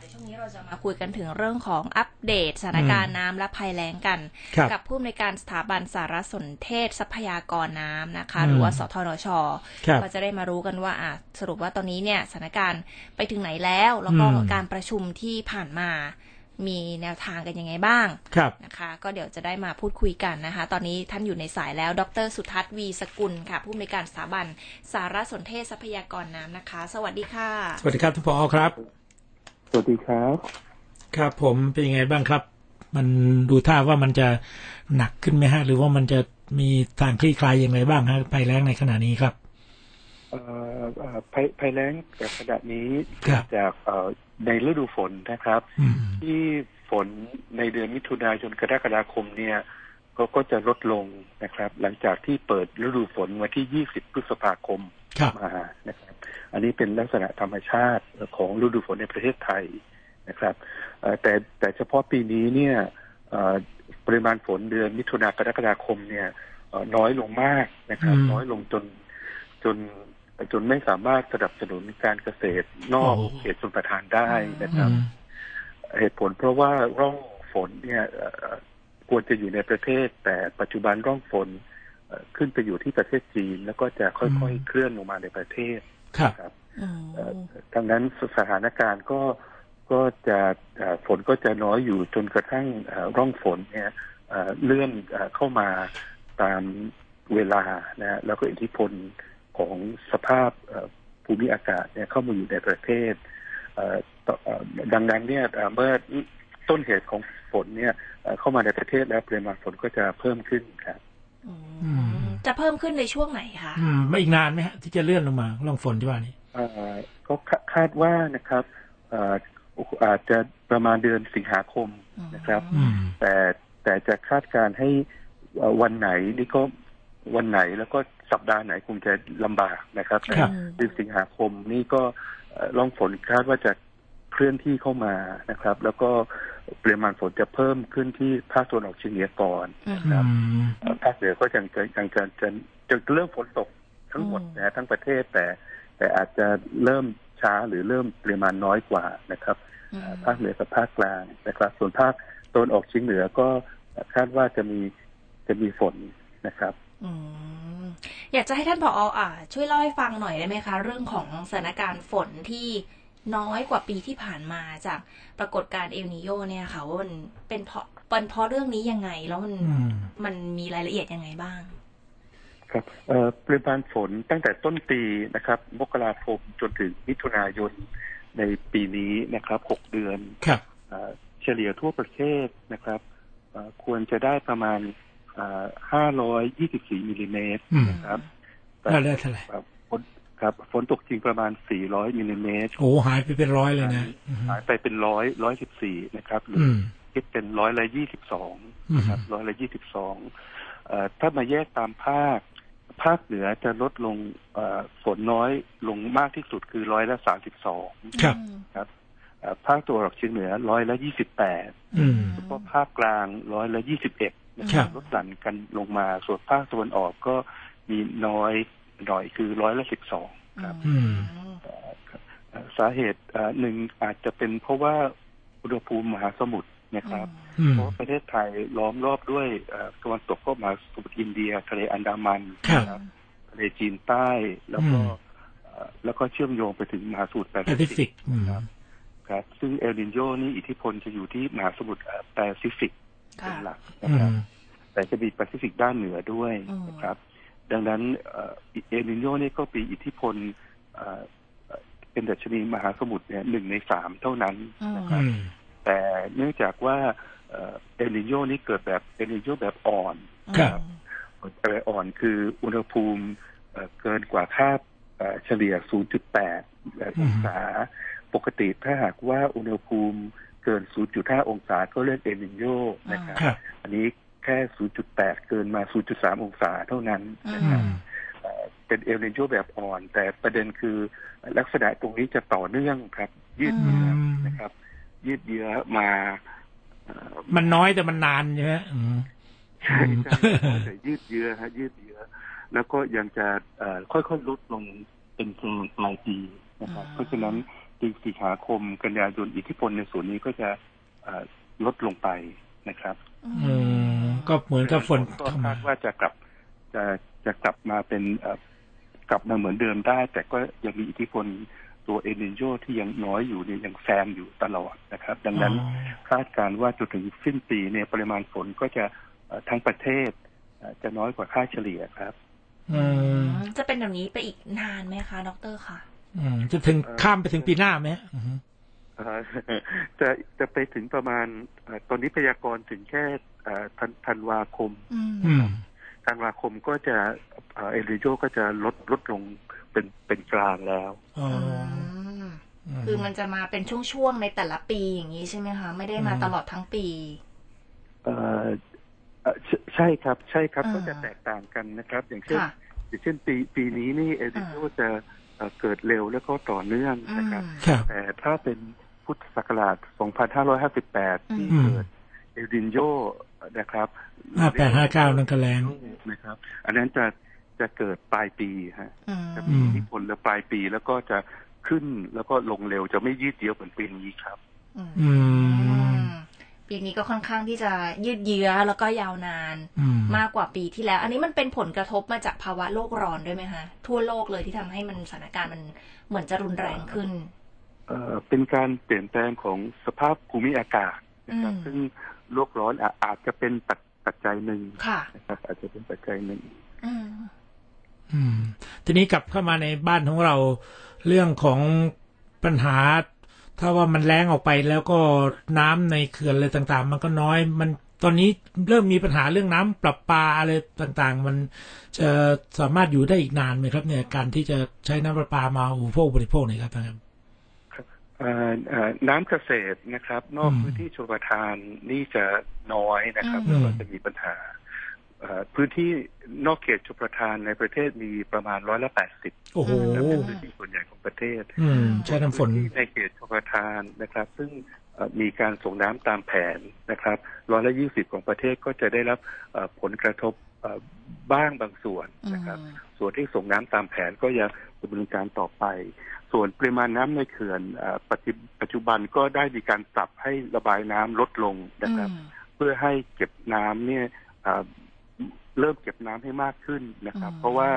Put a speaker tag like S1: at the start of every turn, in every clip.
S1: ดี๋ยวช่วงนี้เราจะมาคุยกันถึงเรื่องของอัปเดตสถานการณ์น้ำและภัยแล้งกัน
S2: ครับ
S1: กับผู้อำนวยการสถาบันสารสนเทศทรัพยากรน้ำนะคะ
S2: อืม
S1: หรือว่าสทนช
S2: ครับ
S1: ก็จะได้มารู้กันว่าอ่ะสรุปว่าตอนนี้เนี่ยสถานการณ์ไปถึงไหนแล้ว แล้วก็
S2: อืม
S1: การประชุมที่ผ่านมา มีแนวทางกันยังไงบ้าง
S2: ครับ
S1: นะคะ ก็เดี๋ยวจะได้มาพูดคุยกันนะคะ ตอนนี้ท่านอยู่ในสายแล้ว ดรสุทัศน์วีสกุลค่ะ ผู้อำนวยการสถาบันสารสนเทศทรัพยากรน้ำนะคะ สวัสดีค่ะ
S2: สวัสดีครับทุกพอครับ
S3: สวัสดีครับ
S2: ครับ ผมเป็นยังไงบ้างครับ มันดูท่าว่ามันจะหนักขึ้นไหมฮะ หรือว่ามันจะมีทางคลี่คลายอย่างไรบ้างฮะภัยแล้งในขณะนี้ครับ
S3: เอ่อเอ่อภัยภัยแล้งจากขณะนี้
S2: ครับ
S3: จากเอ่อในฤดูฝนนะครับ
S2: อืม
S3: ที่ฝนในเดือนมิถุนายนกรกฎาคมเนี่ยก็ก็จะลดลงนะครับ หลังจากที่เปิดฤดูฝนวันที่ 20 พฤษภาคม
S2: ครับ
S3: มานะครับ อันนี้เป็นลักษณะธรรมชาติของฤดูฝนในประเทศไทยนะครับเอ่อแต่แต่เฉพาะปีนี้เนี่ยเอ่อปริมาณฝนเดือนมิถุนากรกฎาคมเนี่ยเอ่อน้อยลงมากนะครับ
S2: อืม
S3: น้อยลงจนจนจนไม่สามารถสนับสนุนการเกษตรนอก
S2: โอ้
S3: เขตชนประทานได้นะค
S2: อื
S3: รับ
S2: ม
S3: เหตุผลเพราะว่าร่องฝนเนี่ยเอ่อควรจะอยู่ในประเทศ แต่ปัจจุบันร่องฝนเอ่อขึ้นไปอยู่ที่ประเทศจีน แล้วก็จะค่
S2: อื
S3: อย
S2: ม
S3: ๆเคลื่อนลงมาในประเทศ
S2: ครับ
S3: นะครับ
S1: อืม
S3: เอ่อดังนั้นสถานการณ์ก็ก็จะเอ่อฝนก็จะน้อยอยู่จนกระทั่งเอ่อร่องฝนเนี่ยเอ่อเลื่อนเอ่อเข้ามาตามเวลานะฮะแล้วก็อิทธิพลของสภาพเอ่อภูมิอากาศเนี่ยเข้ามาอยู่ในประเทศ เอ่อต่อเอ่อดังนั้นเนี่ยเอ่อเมื่อต้นเหตุของฝนเนี่ยเอ่อเข้ามาในประเทศแล้วปริมาณฝนก็จะเพิ่มขึ้นครับ
S1: อื
S2: ม
S1: มจะเพิ่มขึ้นในช่วงไหนคะ
S2: อืมไม่อีกนานไหมฮะที่จะเลื่อนลงมาล่องฝนที่ว่านี้
S3: เอ่อก็คาคาดว่านะครับเอ่ออาจจะประมาณเดือนสิงหาคมนะครับ
S1: อื
S2: อื
S1: ม
S2: ม
S3: แต่แต่จะคาดการณ์ให้เอ่อวันไหนนี่ก็วันไหนแล้วก็สัปดาห์ไหนคงจะลำบากนะครับแต่
S2: ครับ
S3: เดือนสิงหาคมนี่ก็เอ่อร่องฝนคาดว่าจะเคลื่อนที่เข้ามานะครับ แล้วก็ปริมาณฝนจะเพิ่มขึ้นที่ภาคตะวันออกเฉียงเหนือก่อน
S2: อืม
S3: เอ่อภาคเหนือก็ยังจะยังจะจะจะเริ่มฝนตกทั้งหมด
S1: อืม
S3: นะฮะทั้งประเทศแต่ แต่อาจจะเริ่มช้าหรือเริ่มปริมาณน้อยกว่านะครับ
S1: อืม
S3: เอ่อภาคเหนือกับภาคกลางนะครับ ส่วนภาคตะวันออกเฉียงเหนือก็คาดว่าจะมีจะมีฝนนะครับ
S1: อืมอยากจะให้ท่านผออ่า ช่วยเล่าให้ฟังหน่อยได้ไหมคะ เรื่องของสถานการณ์ฝนที่น้อยกว่าปีที่ผ่านมาจากปรากฏการณ์เอลนิโยเนี่ยค่ะ ว่ามันเป็นเพราะเป็นเพราะเรื่องนี้ยังไง แล้วมัน
S2: อืม
S1: มันมีรายละเอียดยังไงบ้าง
S3: ครับเอ่อปริมาณฝนตั้งแต่ต้นปีนะครับมกราคมจนถึงมิถุนายนในปีนี้นะครับหกเดือน
S2: ครับ
S3: เอ่อเฉลี่ยทั่วประเทศนะครับเอ่อควรจะได้ประมาณเอ่อ524มิลลิเมตร
S2: อืม
S3: นะครับแต่
S2: ได้ได้เท่าไหร่
S3: เอ่อฝนครับฝนตกจริงประมาณ 400มิลลิเมตร
S2: โอ้หายไปเป็นร้อยเลยนะอืม
S3: หายไปเป็นร้อยร้อยสิบสี่นะครับหรือ
S2: อื
S3: อ
S2: ม
S3: คิดเป็นร้อยละยี่สิบสอง
S2: อืม
S3: นะครับร้อยละยี่สิบสองถ้ามาแยกตามภาค ภาคเหนือจะลดลงเอ่อฝนน้อยลงมากที่สุดคือร้อยละสามสิบสอง
S2: ครับ
S3: ภาคตัวนออกเฉียงเหนือร้อยละยี่สิบแปด
S2: อืม
S3: ก็ภาคกลางร้อยละยี่สิบเอ็ดนะค
S2: ครั
S3: รับบ ลดหลั่นกันลงมา ส่วนภาคตะวันออกก็มีน้อยหน่อยคือร้อยละสิบสองครับ
S2: อืม
S3: เอ่อสาเหตุเอ่อหนึ่งอาจจะเป็นเพราะว่าอุณหภูมิมหาสมุทรนะครับ
S2: อืม
S3: เพราะประเทศไทยล้อมรอบด้วยเอ่อตะวันตกก็มหาสมุทรอินเดียทะเลอันดามัน
S2: ครับ
S3: นะทะเลจีนใต้แล้วก็
S2: อืม
S3: เอ่อแล้วก็เชื่อมโยงไปถึงมหาสมุทรแป
S2: แปซิ
S3: ซิ
S2: ฟิ
S3: ฟิ
S2: ก
S3: ก
S2: อืม
S3: ครับ ซึ่งเอลนินโยนี่อิทธิพลจะอยู่ที่มหาสมุทรเอ่อแปซิฟิกเป็
S1: ค่ะ
S3: นหลักนะ
S2: อื
S3: ครับ
S2: ม
S3: แต่จะมีแปซิฟิกด้านเหนือด้วย
S1: อืม
S3: นะครับ ดังนั้นเอ่อเอลนิโยนี่ก็มีอิทธิพลเอ่อเอ่อเป็นดัชนีมหาสมุทรเนี่ยหนึ่งในสามเท่านั้น
S1: อืม
S2: อืม
S3: แต่เนื่องจากว่าเอ่อเอลนิโยนี่เกิดแบบเอลนิโยแบบอ่อน
S2: ครับ
S3: แบบอ่อนคืออุณหภูมิเอ่อเกินกว่าค่าเอ่อเฉลี่ย 0.8 องศา ปกติถ้าหากว่าอุณหภูมิเกิน 0.5 องศาก็เรียกเอลนิโยนะครับ
S2: ครับ
S3: อันนี้แค่ 0.8 เกินมา 0.3 องศาเท่านั้นนะ
S2: อื
S3: ครับ
S2: ม
S3: เอ่อเป็นเอลนิโยแบบอ่อน แต่ประเด็นคือลักษณะตรงนี้จะต่อเนื่องครับ ยืดเยื้อ
S2: อืม
S3: นะครับ ยืดเยื้อมาเอ่อ
S2: มันน้อยแต่มันนานใช่ไหมอืม
S3: ใช่ใช่
S2: อืม
S3: แต่ยืดเยื้อฮะยืดเยื้อ แล้วก็ยังจะเอ่อค่อยๆลดลงเป็นกลางปลายปีนะครับ เพราะฉะนั้น เดือนสิงหาคมกันยายนอิทธิพลในส่วนนี้ก็จะเอ่อลดลงไปนะครับ
S2: อืมก็เหมือนกับฝน
S3: ก็
S2: เข้า
S3: คา
S2: มา
S3: ดว่าจะกลับจะจะกลับมาเป็นเอ่อกลับมาเหมือนเดิมได้ แต่ก็ยังมีอิทธิพลตัวเอลนิโยที่ยังน้อยอยู่เนี่ยยังแซมอยู่ตลอดนะครับ ดังนั้น
S2: อ๋อ
S3: คาดการณ์ว่าจนถึงสิ้นปีเนี่ยปริมาณฝนก็จะเอ่อทั้งประเทศเอ่อจะน้อยกว่าค่าเฉลี่ยครับ
S2: อืม
S1: จะเป็นแบบนี้ไปอีกนานไหมคะดอกเตอรค่ะ
S2: อืมจะถึงข้ามไปถึงปีหน้าไหมอืม
S3: เอ่อ จะจะไปถึงประมาณเอ่อตอนนี้พยากรณ์ถึงแค่เอ่อธันธันวาคม
S1: อืม
S2: อืม
S3: ธันวาคมก็จะเอ่อเอลิโยก็จะลดลดลงเป็นเป็นกลางแล้ว
S2: อ๋อ
S1: ม
S2: อืม
S1: คือมันจะมาเป็นช่วงๆในแต่ละปีอย่างนี้ใช่ไหมคะ ไม่ได้มา
S2: อืม
S1: ตลอดทั้งปี
S3: เอ่อเอ่อใช่ใช่ครับ ใช่ครับ
S1: อ่า
S3: ก็จะแตกต่างกันนะครับ อย่างเช่น
S1: ค่ะ
S3: อย่างเช่นปีปีนี้นี่เอลิโยจะเอ่อเกิดเร็วแล้วก็ต่อเนื่อง
S1: อื
S3: นะครับ
S1: ม
S2: ครับ
S3: แต่ถ้าเป็นพุทธศักราช 2558 ที่
S2: อืม
S3: เกิดเอลินโยนะครับ
S2: ห้าแปดห้าเก้านั่นก็แรง
S3: นะครับ อันนั้นจะจะเกิดปลายปีฮะ
S1: อืม
S3: จะมีอิทธิพลแล้วปลายปีแล้วก็จะขึ้นแล้วก็ลงเร็วจะไม่ยืดเยื้อเหมือนปีนี้ครับ
S1: อืม
S2: อืม
S1: ปีนี้ก็ค่อนข้างที่จะยืดเยื้อแล้วก็ยาวนาน
S2: อืม
S1: มากกว่าปีที่แล้ว อันนี้มันเป็นผลกระทบมาจากภาวะโลกร้อนด้วยไหมคะทั่วโลกเลยที่ทำให้มันสถานการณ์มันเหมือนจะรุนแรงขึ้น
S3: เอ่อเป็นการเปลี่ยนแปลงของสภาพภูมิอากาศนะครับ
S1: อืม
S3: ซึ่งโลกร้อนอาอาจจะเป็นปัจปัจจัยหนึ่ง
S1: ค่ะ
S3: นะครับอาจจะเป็นปัจจัยหนึ่ง
S1: อืม
S2: อืม ทีนี้กลับเข้ามาในบ้านของเรา เรื่องของปัญหา ถ้าว่ามันแรงออกไปแล้วก็น้ำในเขื่อนอะไรต่าง ๆ มันก็น้อย มันตอนนี้เริ่มมีปัญหาเรื่องน้ำประปาอะไรต่าง ๆ มันจะสามารถอยู่ได้อีกนานไหมครับ เนี่ยการที่จะใช้น้ำประปามาอุปโภคบริโภคเนี่ยครับท่านครับ
S3: เอ่อเอ่อน้ำเกษตรนะครับ นอก
S2: อืม
S3: พื้นที่ชลประทานนี่จะน้อยนะครับ
S2: อืม
S3: แล้วก็จะมีปัญหาเอ่อพื้นที่นอกเขตชลประทานในประเทศมีประมาณร้อยละแปดสิบ
S2: โอ้โห
S1: อืม
S3: พื้นที่ส่วนใหญ่ของประเทศ
S2: อืม ใช้น้ำฝน
S3: พื้ที่ในเขตชลประทานนะครับ ซึ่งเอ่อมีการส่งน้ำตามแผนนะครับร้อยละยี่สิบของประเทศก็จะได้รับเอ่อผลกระทบเอ่อบ้างบางส่วน
S1: อืม
S3: นะครับ ส่วนที่ส่งน้ำตามแผนก็ยังดำเนินการต่อไป ส่วนปริมาณน้ำในเขื่อนเอ่อปัจจุปัจจุบันก็ได้มีการปรับให้ระบายน้ำลดลงนะครับ
S1: อืม
S3: เพื่อให้เก็บน้ำเนี่ยเอ่อเริ่มเก็บน้ำให้มากขึ้นนะครับ
S1: อืม
S3: เพราะว่า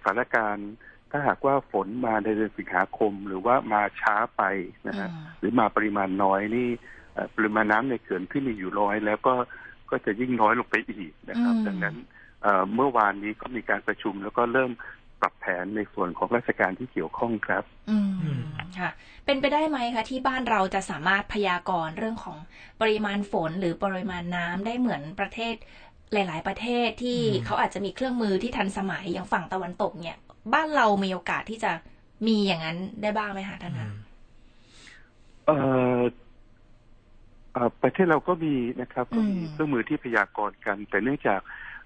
S3: สถานการณ์ถ้าหากว่าฝนมาในเดือนสิงหาคม หรือว่ามาช้าไปนะฮะ
S1: อืม
S3: หรือมาปริมาณน้อยนี่เอ่อปริมาณน้ำในเขื่อนที่มีอยู่ร้อย แล้วก็ก็จะยิ่งน้อยลงไปอีกนะครับ ดังนั้นเอ่อเมื่อวานนี้ก็มีการประชุมแล้วก็เริ่มปรับแผนในส่วนของราชการที่เกี่ยวข้องครับ
S1: อื
S2: อื
S1: ม
S2: ม
S1: ค่ะ เป็นไปได้ไหมคะที่บ้านเราจะสามารถพยากรณ์เรื่องของปริมาณฝนหรือปริมาณน้ำได้เหมือนประเทศหลาย ๆ ประเทศที่
S2: อืม
S1: เขาอาจจะมีเครื่องมือที่ทันสมัยอย่างฝั่งตะวันตกเนี่ย บ้านเรามีโอกาสที่จะมีอย่างนั้นได้บ้างไหมคะท่าน
S2: อื
S1: คะ
S2: ม
S3: เอ่อเอ่อประเทศเราก็มีนะครับ
S1: อื
S3: ก็
S1: ม
S3: มีเครื่องมือที่พยากรณ์กัน แต่เนื่องจาก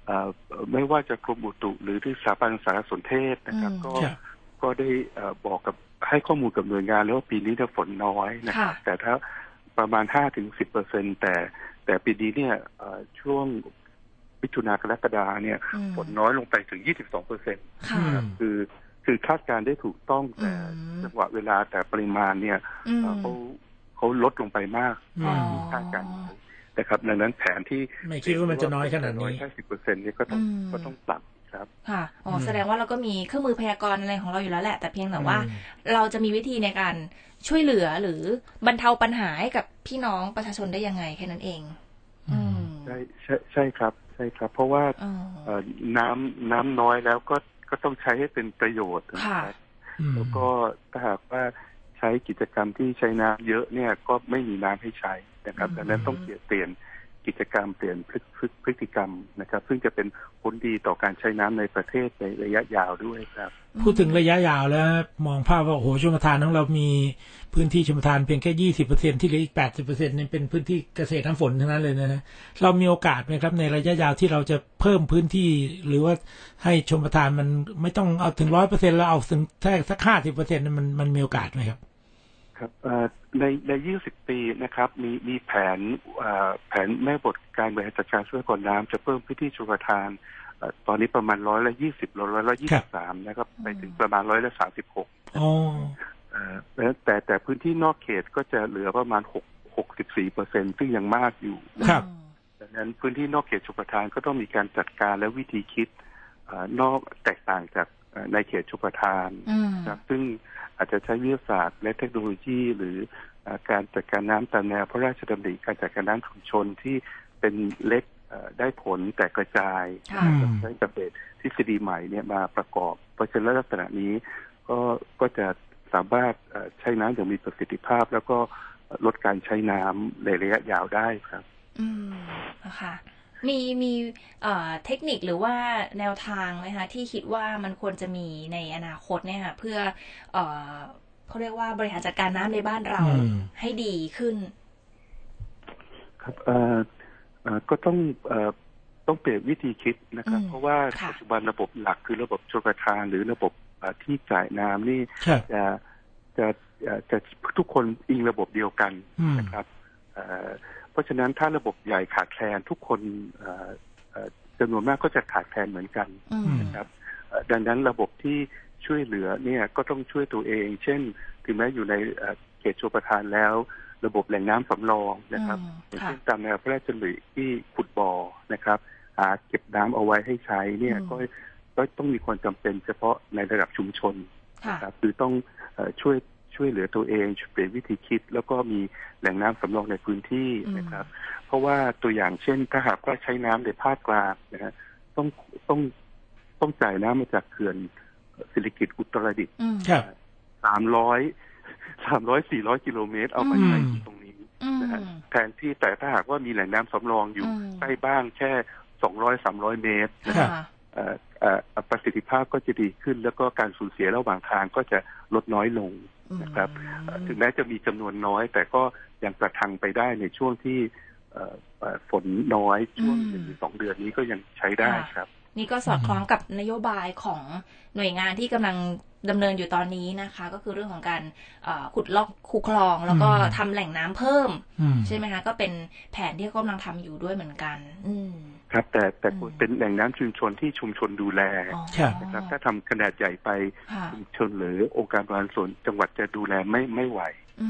S3: เอ่อไม่ว่าจะกรมอุตุหรือที่สถาบันสารสนเทศนะครับ
S1: อืม
S3: ก็
S2: ครับ
S3: ก็ได้เอ่อบอกกับให้ข้อมูลกับหน่วยงานแล้วว่าปีนี้จะฝนน้อยนะ
S1: ค่ะ
S3: แต่ถ้าประมาณห้าถึงสิบเปอร์เซ็นแต่ แต่ปีนี้เนี่ยเอ่อช่วงมิถุนากรกฎาเนี่ย
S1: อืม
S3: ฝนน้อยลงไปถึงยี่สิบสองเปอร์เซ็น
S1: ค่ะ
S2: อืม
S3: คือคือคาดการณ์ได้ถูกต้องแต่
S1: อืม
S3: จังหวะเวลาแต่ปริมาณเนี่ย
S1: อืม
S3: เอ่อเขาเขาลดลงไปมาก
S2: อืม
S3: ที่คาดการณ์ไว้นะครับดังนั้นแผนที่
S2: ไม่คิดว่ามันจะน้อยขนาดนี้
S3: แค่สิบเปอร์เซ็นต์นี่ยก็ต้อง
S1: อืม
S3: ก็ต้องปรับครับ
S1: ค่ะอ๋อ
S2: ม
S1: แสดงว่าเราก็มีเครื่องมือพยากรณ์อะไรของเราอยู่แล้วแหละ แต่เพียงแต่ว่า
S2: อืม
S1: เราจะมีวิธีในการช่วยเหลือหรือบรรเทาปัญหาให้กับพี่น้องประชาชนได้ยังไงแค่นั้นเอง อืม
S3: ใช่ใช่ใช่ครับใช่ครับ เพราะว่า
S1: อ๋อ
S3: เอ่อน้ำน้ำน้อยแล้วก็ก็ต้องใช้ให้เป็นประโยชน์นะ
S1: ค่ะ
S3: ครับ
S2: อืม
S3: แล้วก็ถ้าหากว่าใช้กิจกรรมที่ใช้น้ำเยอะเนี่ยก็ไม่มีน้ำให้ใช้นะครับ
S1: อืม
S3: ดังนั้นต้องเปลี่ยนเปลี่ยนกิจกรรมเปลี่ยนพฤพฤพฤติกรรมนะครับ ซึ่งจะเป็นผลดีต่อการใช้น้ำในประเทศในระยะยาวด้วยครับ
S2: พูดถึงระยะยาวแล้วมองภาพว่าโอ้โหชมทานของเรามีพื้นที่ชมทานเพียงแค่ยี่สิบเปอร์เซ็นที่เหลืออีกแปดสิบเปอร์เซ็นนี่เป็นพื้นที่เกษตรน้ำฝนทั้งนั้นเลยนะฮะเรามีโอกาสไหมครับในระยะยาวที่เราจะเพิ่มพื้นที่หรือว่าให้ชมทานมันไม่ต้องเอาถึงร้อยเปอร์เซ็นแล้วเอาถึงแค่สักห้าสิบเปอร์เซ็นมันมันมีโอกาสไหมครับ
S3: ครับเอ่อในใน 20 ปีนะครับ มีมีแผนเอ่อแผนแม่บทการบริหารจัดการช่วยกรน้ำจะเพิ่มพื้นที่ชลประทานเอ่อตอนนี้ประมาณร้อยละยี่สิบร้อยละยี่
S2: ครั
S3: สิ
S2: บ
S3: บสามนะครับ ไปถึงประมาณร้อยละสามสิบหก
S2: อ๋อ
S3: เอ่อแต่แต่พื้นที่นอกเขตก็จะเหลือประมาณ6 64เปอร์เซ็นซึ่งยังมากอยู่
S2: ครับ
S1: อืม
S3: ดังนั้นพื้นที่นอกเขตชุมประทานก็ต้องมีการจัดการและวิธีคิดเออนอกแตกต่างจากเอ่อในเขตชุมประทาน
S1: อืม
S3: นะครับซึ่งอาจจะใช้วิทยาศาสตร์ และเทคโนโลยี หรือเอ่อการจัดการน้ำตามแนวพระราชดำริการจัดการน้ำชุมชนที่เป็นเล็กเอ่อได้ผลแต่กระจาย
S1: ค่ะ
S2: อืม
S3: ใช้กับเบสทฤษฎีใหม่เนี่ยมาประกอบ เพราะฉะนั้นลักษณะนี้ก็ก็จะสามารถเอ่อใช้น้ำอย่างมีประสิทธิภาพ แล้วก็ลดการใช้น้ำในระยะยาวได้ครับ
S1: อืมนะคะมีมีเอ่อเทคนิคหรือว่าแนวทางไหมคะที่คิดว่ามันควรจะมีในอนาคตเนี่ยค่ะเพื่อเอ่อเขาเรียกว่าบริหารจัดการน้ำในบ้านเรา
S2: อืม
S1: ให้ดีขึ้น
S3: ครับเอ่อเอ่อก็ต้องเอ่อต้องเปลี่ยนวิธีคิดนะครับ
S1: อืม
S3: เพราะว่า
S1: ค่ะ
S3: ปัจจุบันระบบหลักคือระบบชลประทานหรือระบบเอ่อที่จ่ายน้ำนี่
S2: ครับ
S3: จะจะเอ่อจะทุกคนอิงระบบเดียวกัน
S2: อืม
S3: นะครับเอ่อเพราะฉะนั้นถ้าระบบใหญ่ขาดแคลนทุกคนเอ่อเอ่อจำนวนมากก็จะขาดแคลนเหมือนกัน
S1: อืม
S3: นะครับเอ่อดังนั้นระบบที่ช่วยเหลือเนี่ยก็ต้องช่วยตัวเอง เช่น ถึงแม้อยู่ในเอ่อเขตชลประทานแล้ว ระบบแหล่งน้ำสำรองนะครับ
S1: อืม
S3: อย่าง
S1: ค่ะ
S3: เช่นตามแนวพระราชดำริที่ขุดบ่อนะครับหาเก็บน้ำเอาไว้ให้ใช้เนี่ย
S1: อืม
S3: ก็ก็ต้องมีความจำเป็น เฉพาะในระดับชุมชน
S1: ค่ะ
S3: นะครับคือต้องเอ่อช่วยช่วยเหลือตัวเองช่วยเปลี่ยนวิธีคิด แล้วก็มีแหล่งน้ำสำรองในพื้นที่นะครับ เพราะว่าตัวอย่างเช่นถ้าหากว่าใช้น้ำในภาคกลางนะฮะต้องต้องต้องจ่ายน้ำมาจากเขื่อนสิริกิตอุตรดิตถ์
S1: อืม
S2: ครับ
S3: สามร้อยสามร้อยสี่ร้อยกิโลเมตรเอามาใช้
S2: อืม
S3: ตรงนี้
S1: อืม
S3: นะฮะแทนที่แต่ถ้าหากว่ามีแหล่งน้ำสำรองอยู่
S1: อืม
S3: ใกล้บ้างแค่สองร้อยสามร้อยเมตรนะ
S2: ครั
S1: ค่ะ
S2: บ
S3: เอ่อเอ่อประสิทธิภาพก็จะดีขึ้น แล้วก็การสูญเสียระหว่างทางก็จะลดน้อยลง นะครับ เอ่อถึงแม้จะมีจำนวนน้อย แต่ก็ยังประทังไปได้ในช่วงที่เอ่อเอ่อฝนน้อยช่วง
S1: อืม
S3: หนึ่งถึงสองเดือนนี้ก็ยังใช้ได้
S1: ค่ะ
S3: ครับ
S1: นี่ก็สอดคล้องกับนโยบายของหน่วยงานที่กำลังดำเนินอยู่ตอนนี้นะคะ ก็คือเรื่องของการเอ่อขุดลอกคูคลอง แล้วก็
S2: อืม
S1: ทำแหล่งน้ำเพิ่ม
S2: อืม
S1: ใช่ไหมคะ ก็เป็นแผนที่กำลังทำอยู่ด้วยเหมือนกัน อืม
S3: ครับ แต่แต่
S1: อืม
S3: เป็นแหล่งน้ำชุมชนที่ชุมชนดูแล
S1: อ๋อ
S2: ครับ
S3: นะครับ ถ้าทำขนาดใหญ่ไป
S1: ค่ะ
S3: ชุมชนหรือองค์การบริหารส่วนจังหวัดจะดูแลไม่ไม่ไหว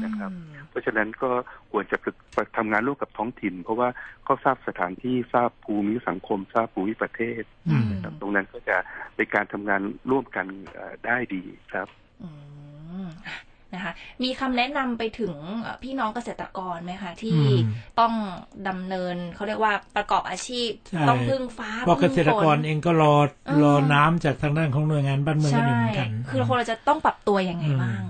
S3: นะครับ
S1: อืม
S3: เพราะฉะนั้นก็ควรจะฝึกทำงานร่วมกับท้องถิ่น เพราะว่าเขาทราบสถานที่ทราบภูมิสังคม ทราบภูมิประเทศ
S2: อืม
S3: นะครับตรงนั้นก็จะเป็นการทำงานร่วมกันเอ่อได้ดีครับ
S1: อืมนะคะ มีคำแนะนำไปถึงเอ่อพี่น้องเกษตรกรไหมคะที่
S2: อืม
S1: ต้องดำเนินเขาเรียกว่าประกอบอาชีพ
S2: ใช่
S1: ต้องพึ่งฟ้า
S2: เพราะเก
S1: พึ่ง
S2: ษตรกร
S1: ฝน
S2: เองก็รอ
S1: อืม
S2: รอน้ำจากทางด้านของหน่วยงานบ้านเมืองกันอยู่เหมือนกัน
S1: คือคนเราจะต้องปรับตัวยังไงบ้าง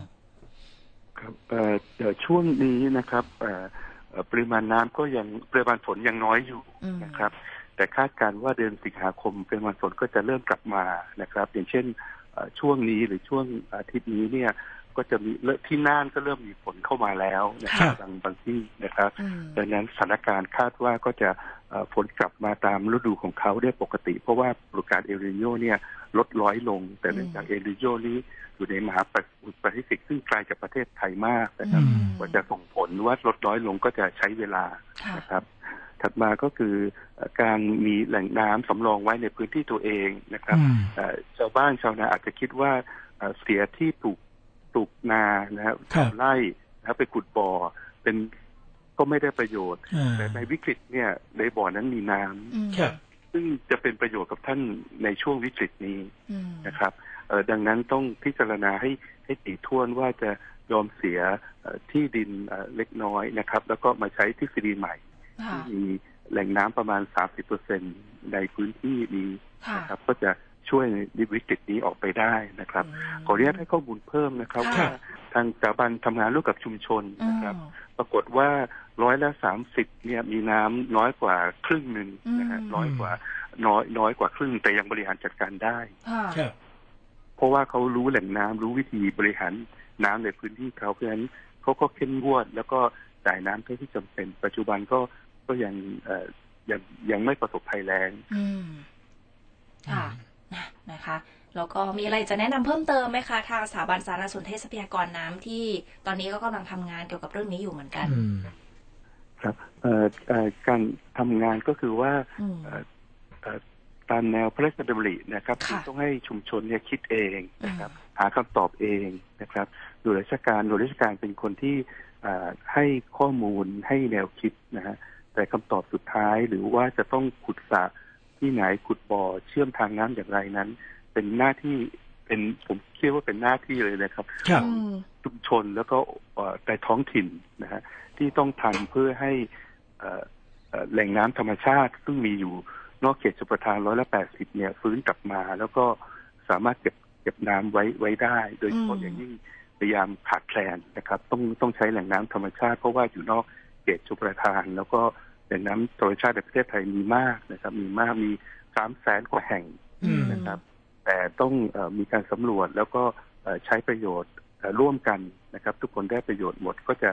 S3: ครับเอ่อเดี๋ยวช่วงนี้นะครับเอ่อเอ่อปริมาณน้ำก็ยังปริมาณฝนยังน้อยอยู่
S1: อืม
S3: นะครับ แต่คาดการณ์ว่าเดือนสิงหาคมปริมาณฝนก็จะเริ่มกลับมานะครับ อย่างเช่นเอ่อช่วงนี้หรือช่วงอาทิตย์นี้เนี่ยก็จะมีเลที่น่านก็เริ่มมีฝนเข้ามาแล้วนะครั
S2: ครับ บ
S3: บางบางที่นะครับ
S1: อืม
S3: ดังนั้นสถานการณ์คาดว่าก็จะเอ่อฝนกลับมาตามฤดูของเขาได้ปกติ เพราะว่าปรากฏเอลนิโยเนี่ยลดร้อยลง แต่เนื่องจากเอลนิโยนี้อยู่ในมหาสมุทรแปซิฟิกซึ่งไกลจากประเทศไทยมากนะครับ
S2: อืม
S3: กว่าจะส่งผลว่าลดน้อยลงก็จะใช้เวลา
S1: ค่ะ
S3: นะครับ ถัดมาก็คือเอ่อการมีแหล่งน้ำสำรองไว้ในพื้นที่ตัวเองนะครับ
S2: อืม
S3: เอ่อชาวบ้านชาวนาอาจจะคิดว่าเอ่อเสียที่ปลูกปลูกนานะครับ
S2: ครับ
S3: ไร่นะครับไปขุดบ่อเป็นก็ไม่ได้ประโยชน์
S2: อ่า
S3: แต่ในวิกฤตเนี่ยในบ่อนั้นมีน้ำ
S1: อืม
S2: ครับ
S3: ซึ่งจะเป็นประโยชน์กับท่านในช่วงวิกฤตนี้
S1: อืม
S3: นะครับเอ่อดังนั้นต้องพิจารณาให้ให้ถี่ถ้วนว่าจะยอมเสียเอ่อที่ดินเอ่อเล็กน้อยนะครับ แล้วก็มาใช้ทฤษฎีใหม่
S1: ค่ะ
S3: ที่มีแหล่งน้ำประมาณ 30%ในพื้นที่นี้
S1: ค่ะ
S3: นะครับ ก็จะช่วยในวิกฤตนี้ออกไปได้นะครับ ขออนุญาตให้ข้อมูลเพิ่มนะครับ
S2: ครั
S3: ว่า
S2: บ
S3: ทางสถาบันทำงานร่วมกับชุมชน
S1: อืม
S3: นะครับ ปรากฏว่าร้อยละสามสิบเนี่ยมีน้ำน้อยกว่าครึ่งหนึ่งนะฮะน้อยกว่าน้อยน้อยกว่าครึ่งแต่ยังบริหารจัดการได้
S1: ค่ะ
S2: ครับ
S3: เพราะว่าเขารู้แหล่งน้ำรู้วิธีบริหารน้ำในพื้นที่เขาเพราะฉะนั้นเขาก็เข้มงวด แล้วก็จ่ายน้ำเท่าที่จำเป็น ปัจจุบันก็ก็ยังเอ่อยังยังไม่ประสบภัยแรง
S1: อืมค่ะนะนะคะแล้วก็มีอะไรจะแนะนำเพิ่มเติมไหมคะ ทางสถาบันสารสนเทศทรัพยากรน้ำที่ตอนนี้ก็กำลังทำงานเกี่ยวกับเรื่องนี้อยู่เหมือนกัน
S2: อืม
S3: ครับเอ่อเอ่อการทำงานก็คือว่า
S1: อืม
S3: เอ่อเอ่อตามแนวพระราชดำรินะครับ
S1: ค่ะ
S3: ต้องให้ชุมชนเนี่ยคิดเองนะครับ หาคำตอบเองนะครับ หน่วยราชการหน่วยราชการเป็นคนที่อ่าให้ข้อมูลให้แนวคิดนะฮะแต่คำตอบสุดท้ายหรือว่าจะต้องขุดสระที่ไหนขุดบ่อเชื่อมทางน้ำอย่างไรนั้น เป็นหน้าที่เป็นผมเชื่อว่าเป็นหน้าที่เลยนะครับ
S2: ครับ
S1: อืม
S3: ชุมชนแล้วก็เอ่อในท้องถิ่นนะฮะที่ต้องทำเพื่อให้เอ่อเอ่อแหล่งน้ำธรรมชาติ ซึ่งมีอยู่นอกเขตชลประทานร้อยละแปดสิบเนี่ยฟื้นกลับมา แล้วก็สามารถเก็บเก็บน้ำไว้ไว้ได้ โดยเฉพาะอย่างยิ่งพยายามขาดแคลนนะครับ ต้องต้องใช้แหล่งน้ำธรรมชาติ เพราะว่าอยู่นอกเขตชลประทาน แล้วก็แหล่งน้ำธรรมชาติในประเทศไทยมีมากนะครับ มีมากมีสามแสนกว่าแห่ง
S2: อืม
S3: นะครับ แต่ต้องเออมีการสำรวจแล้วก็เอ่อใช้ประโยชน์เอ่อร่วมกันนะครับ ทุกคนได้ประโยชน์หมดก็จะ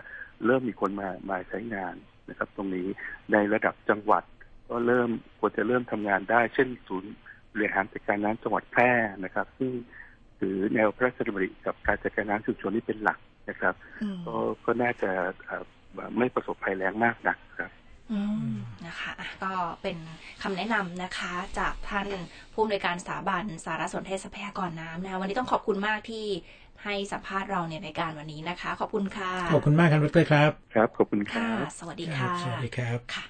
S3: เริ่มมีคนมามาใช้งานนะครับ ตรงนี้ในระดับจังหวัด ก็เริ่มควรจะเริ่มทำงานได้ เช่น ศูนย์บริหารจัดการน้ำจังหวัดแพร่นะครับ ซึ่งถือแนวพระราชดำริกับการจัดการน้ำชุมชนนี่เป็นหลักนะครับ
S1: อืม
S3: ก็ก็น่าจะเอ่อไม่ประสบภัยแรงมากนักครับ
S1: อืมนะคะอ่ะก็เป็นคำแนะนำนะคะ จากท่านผู้อำนวยการสถาบันสารสนเทศทรัพยากรน้ำนะคะวันนี้ต้องขอบคุณมากที่ให้สัมภาษณ์เราในรายการวันนี้นะคะ ขอบคุณค่ะ
S2: ขอบคุณมากครับดรครับ
S3: ครับ ขอบคุณค
S1: ค่ะ
S3: รับ
S1: สวัสดีค่ะ
S2: สวัสดีครับ
S1: ค่ะ